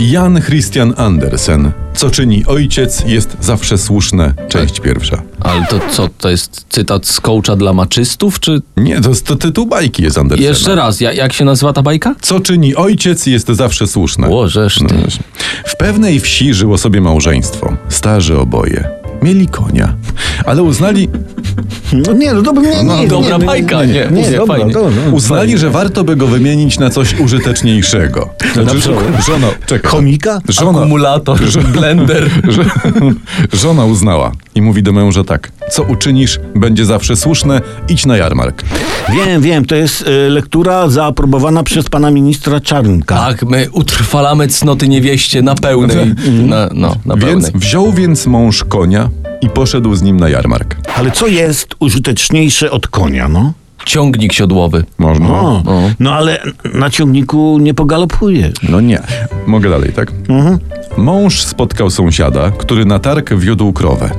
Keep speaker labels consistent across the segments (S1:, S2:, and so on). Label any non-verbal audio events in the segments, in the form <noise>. S1: Jan Christian Andersen. Co czyni ojciec jest zawsze słuszne. Część pierwsza.
S2: Ale to co, to jest cytat z coacha dla maczystów, czy...
S1: Nie, to, jest- to tytuł bajki jest Andersena.
S2: Jeszcze raz, ja, jak się nazywa ta bajka?
S1: Co czyni ojciec jest zawsze słuszne.
S2: Łożesz ty.
S1: No właśnie. W pewnej wsi żyło sobie małżeństwo. Starzy oboje. Mieli konia, ale uznali,
S3: No nie, no dobra, nie,
S1: No,
S3: nie,
S2: dobra
S3: nie,
S2: bajka, nie,
S3: nie,
S2: nie,
S3: nie, dobra,
S2: fajnie.
S3: dobra, no,
S1: uznali
S3: fajnie.
S1: że warto by go wymienić na coś użyteczniejszego. Znaczy,
S3: przykład?
S1: żona, czekaj.
S3: Komika?
S1: Żona, <laughs>
S2: Akumulator, blender.
S1: Ż- Żona uznała i mówi do męża tak: Co uczynisz, będzie zawsze słuszne, idź na jarmark.
S3: Wiem, wiem, to jest e, lektura zaaprobowana przez pana ministra Czarnka.
S2: Tak, my utrwalamy cnoty niewieście na
S1: <laughs>
S2: pełnej. Na, no, na
S1: Mhm. Więc
S2: pełnej.
S1: wziął więc mąż konia i poszedł z nim na jarmark.
S3: Ale co jest użyteczniejsze od konia, no?
S2: Ciągnik siodłowy.
S1: Można?
S3: O, no ale na ciągniku nie pogalopuje.
S1: No nie. Mogę dalej, tak? Mąż spotkał sąsiada, który na targ wiódł krowę.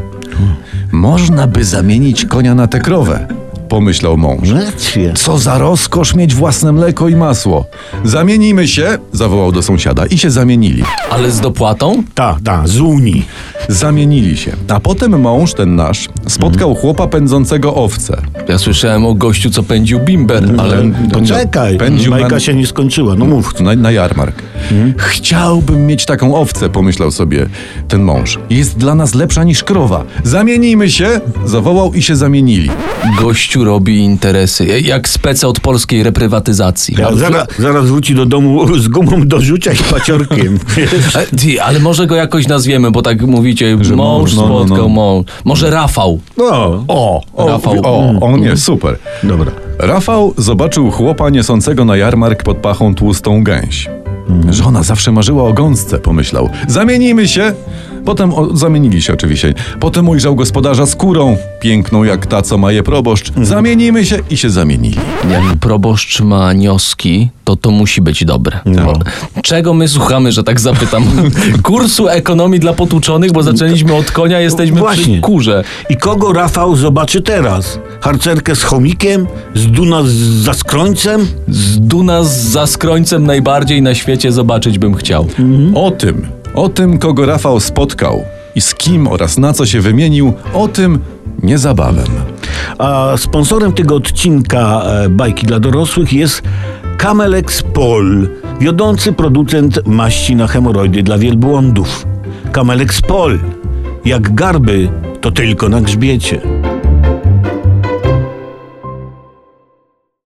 S1: Można by zamienić konia na tę krowę, pomyślał mąż.
S3: Rzecz
S1: Co za rozkosz mieć własne mleko i masło. Zamienimy się, zawołał do sąsiada i się zamienili.
S2: Ale z dopłatą?
S3: Ta, ta, z Unii.
S1: Zamienili się. A potem mąż, ten nasz, spotkał chłopa pędzącego owce.
S2: Ja słyszałem o gościu, co pędził bimber, ale...
S3: Poczekaj,
S1: pędził
S3: bajka
S1: na-
S3: się nie skończyła, no mów.
S1: Na, na jarmark. Chciałbym mieć taką owcę, pomyślał sobie ten mąż. Jest dla nas lepsza niż krowa. Zamienimy się! Zawołał i się zamienili.
S2: Gościu robi interesy, jak speca od polskiej reprywatyzacji.
S3: Ja zaraz, zaraz wróci do domu z gumą do rzucia i paciorkiem.
S2: E, Ty, ale może go jakoś nazwiemy, bo tak mówicie, że
S1: mąż,
S2: mąż
S1: no, no,
S2: spotkał
S1: no.
S2: mąż. Może Rafał.
S3: No,
S1: O, o,
S2: Rafał.
S1: o, o nie, super.
S3: dobra.
S1: Rafał zobaczył chłopa niosącego na jarmark pod pachą tłustą gęś. Żona zawsze marzyła o gąsce, pomyślał. Zamienimy się! Potem o, zamienili się oczywiście. Potem ujrzał gospodarza z kurą, piękną jak ta, co ma je proboszcz. Zamienimy się i się zamienili.
S2: Jak proboszcz ma nioski, to to musi być dobre. Bo- Czego my słuchamy, że tak zapytam? Kursu ekonomii dla potłuczonych, bo zaczęliśmy od konia, jesteśmy przy
S3: Właśnie.
S2: kurze.
S3: I kogo Rafał zobaczy teraz? Harcerkę z chomikiem? Z Duna z, za skrońcem?
S2: Z Duna z- za skrońcem najbardziej na świecie zobaczyć bym chciał.
S1: O tym, o tym, kogo Rafał spotkał i z kim oraz na co się wymienił, o tym niezabawem.
S3: A sponsorem tego odcinka e, bajki dla dorosłych jest Kamelex Pol, wiodący producent maści na hemoroidy dla wielbłądów. Kamelex Pol, jak garby, to tylko na grzbiecie.